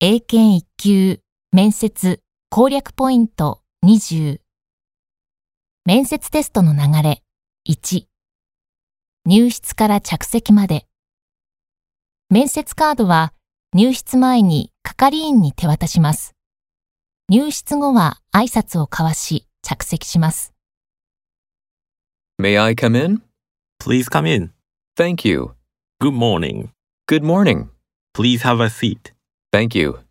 英検1級、面接、攻略ポイント20。面接テストの流れ、1。入室から着席まで。面接カードは入室前に係員に手渡します。入室後は挨拶を交わし着席します。 May I come in? Please come in. Thank you. Good morning. Good morning. Please have a seat. Thank you.